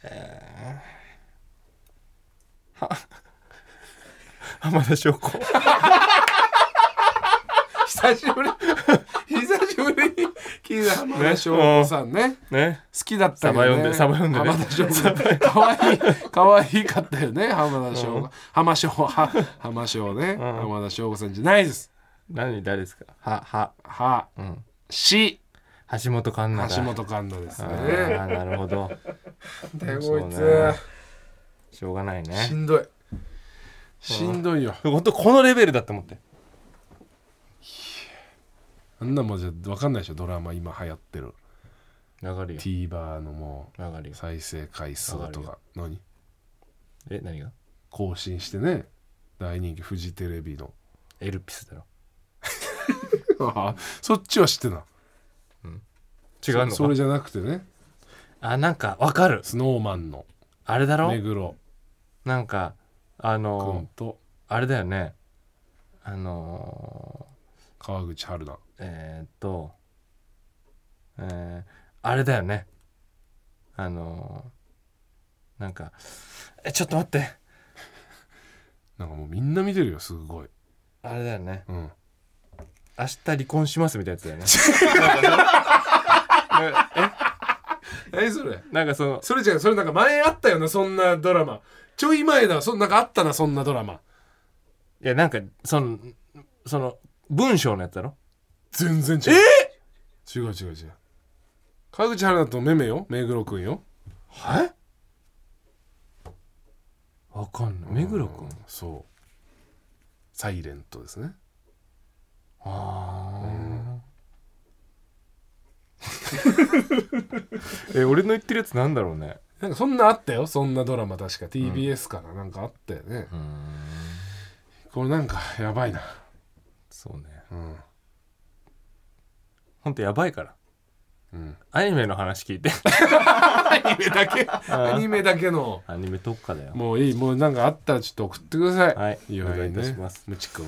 Speaker 2: えー、は、浜田翔子。
Speaker 3: う久しぶり *laughs* 久しぶりに聞いた浜田翔子さんね
Speaker 2: ね。
Speaker 3: 好きだったよね。
Speaker 2: サバ読んでサバ読んでね
Speaker 3: 浜田翔吾。可愛い可愛いかったよね。浜田翔吾。浜翔は浜翔ね。浜田翔吾さんじゃないです。
Speaker 2: 何、誰ですかは、は、
Speaker 3: は
Speaker 2: うん。
Speaker 3: し
Speaker 2: 橋本環奈だ。
Speaker 3: 橋本環奈です
Speaker 2: あ
Speaker 3: ね。
Speaker 2: あ、なるほど。
Speaker 3: で
Speaker 2: そう
Speaker 3: こい
Speaker 2: ね
Speaker 3: つ
Speaker 2: しょうがない
Speaker 3: し
Speaker 2: ね。
Speaker 3: んどい。しんどいよ。
Speaker 2: 本当このレベルだと思って。
Speaker 3: あんなもんじゃ分かんないでしょ。ドラマ今流行ってる。
Speaker 2: 流れよ。
Speaker 3: TVer のも
Speaker 2: 流れ
Speaker 3: う
Speaker 2: よ。
Speaker 3: 再生回数
Speaker 2: わか
Speaker 3: と
Speaker 2: る
Speaker 3: か何
Speaker 2: え、何が
Speaker 3: 更新してね。大人気フジテレビの。
Speaker 2: エルピスだろ。
Speaker 3: *laughs* あそっちは知ってた。
Speaker 2: 違うの
Speaker 3: それ
Speaker 2: か
Speaker 3: じゃなくてね。
Speaker 2: あ、なんか、わかる。
Speaker 3: スノーマンの
Speaker 2: あれだろ
Speaker 3: 目黒
Speaker 2: なんか、あのー
Speaker 3: 君と。
Speaker 2: あれだよねあの
Speaker 3: 川口春奈
Speaker 2: ー、えー、っとえー、あれだよねあのー、なんかえちょっと待って
Speaker 3: なんかもうみんな見てるよすごい、
Speaker 2: あれだよね
Speaker 3: うん、
Speaker 2: 明日離婚しますみたいなやつだよね
Speaker 3: 何それ
Speaker 2: なんかその
Speaker 3: それじゃそれなんか前あったよなそんなドラマちょい前だそんなんかあったなそんなドラマ
Speaker 2: いやなんかそのその文章のやつだろ
Speaker 3: 全然違うえ違う違う違う川口春奈とめめよ目黒くんよ
Speaker 2: はいわかんない目黒君
Speaker 3: うんそうサイレントですね
Speaker 2: あーえ俺の言ってるやつなんだろうね
Speaker 3: なんかそんなあったよそんなドラマ確か TBS かな、なんかあったよね、これなんかやばいな
Speaker 2: そうね
Speaker 3: うん
Speaker 2: ほんとやばいから
Speaker 3: うん
Speaker 2: アニメの話聞いて
Speaker 3: アニメだ *laughs* けアニメだけの
Speaker 2: アニメ特化だよ
Speaker 3: もういい、もうなんかあったらちょっと送ってください。
Speaker 2: はい
Speaker 3: お願
Speaker 2: お
Speaker 3: い
Speaker 2: 願いい
Speaker 3: ね。
Speaker 2: たします
Speaker 3: むちくん。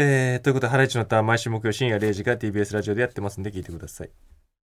Speaker 2: えー、ということで「ハライチのターン」毎週木曜深夜0時から TBS ラジオでやってますんで聞いてください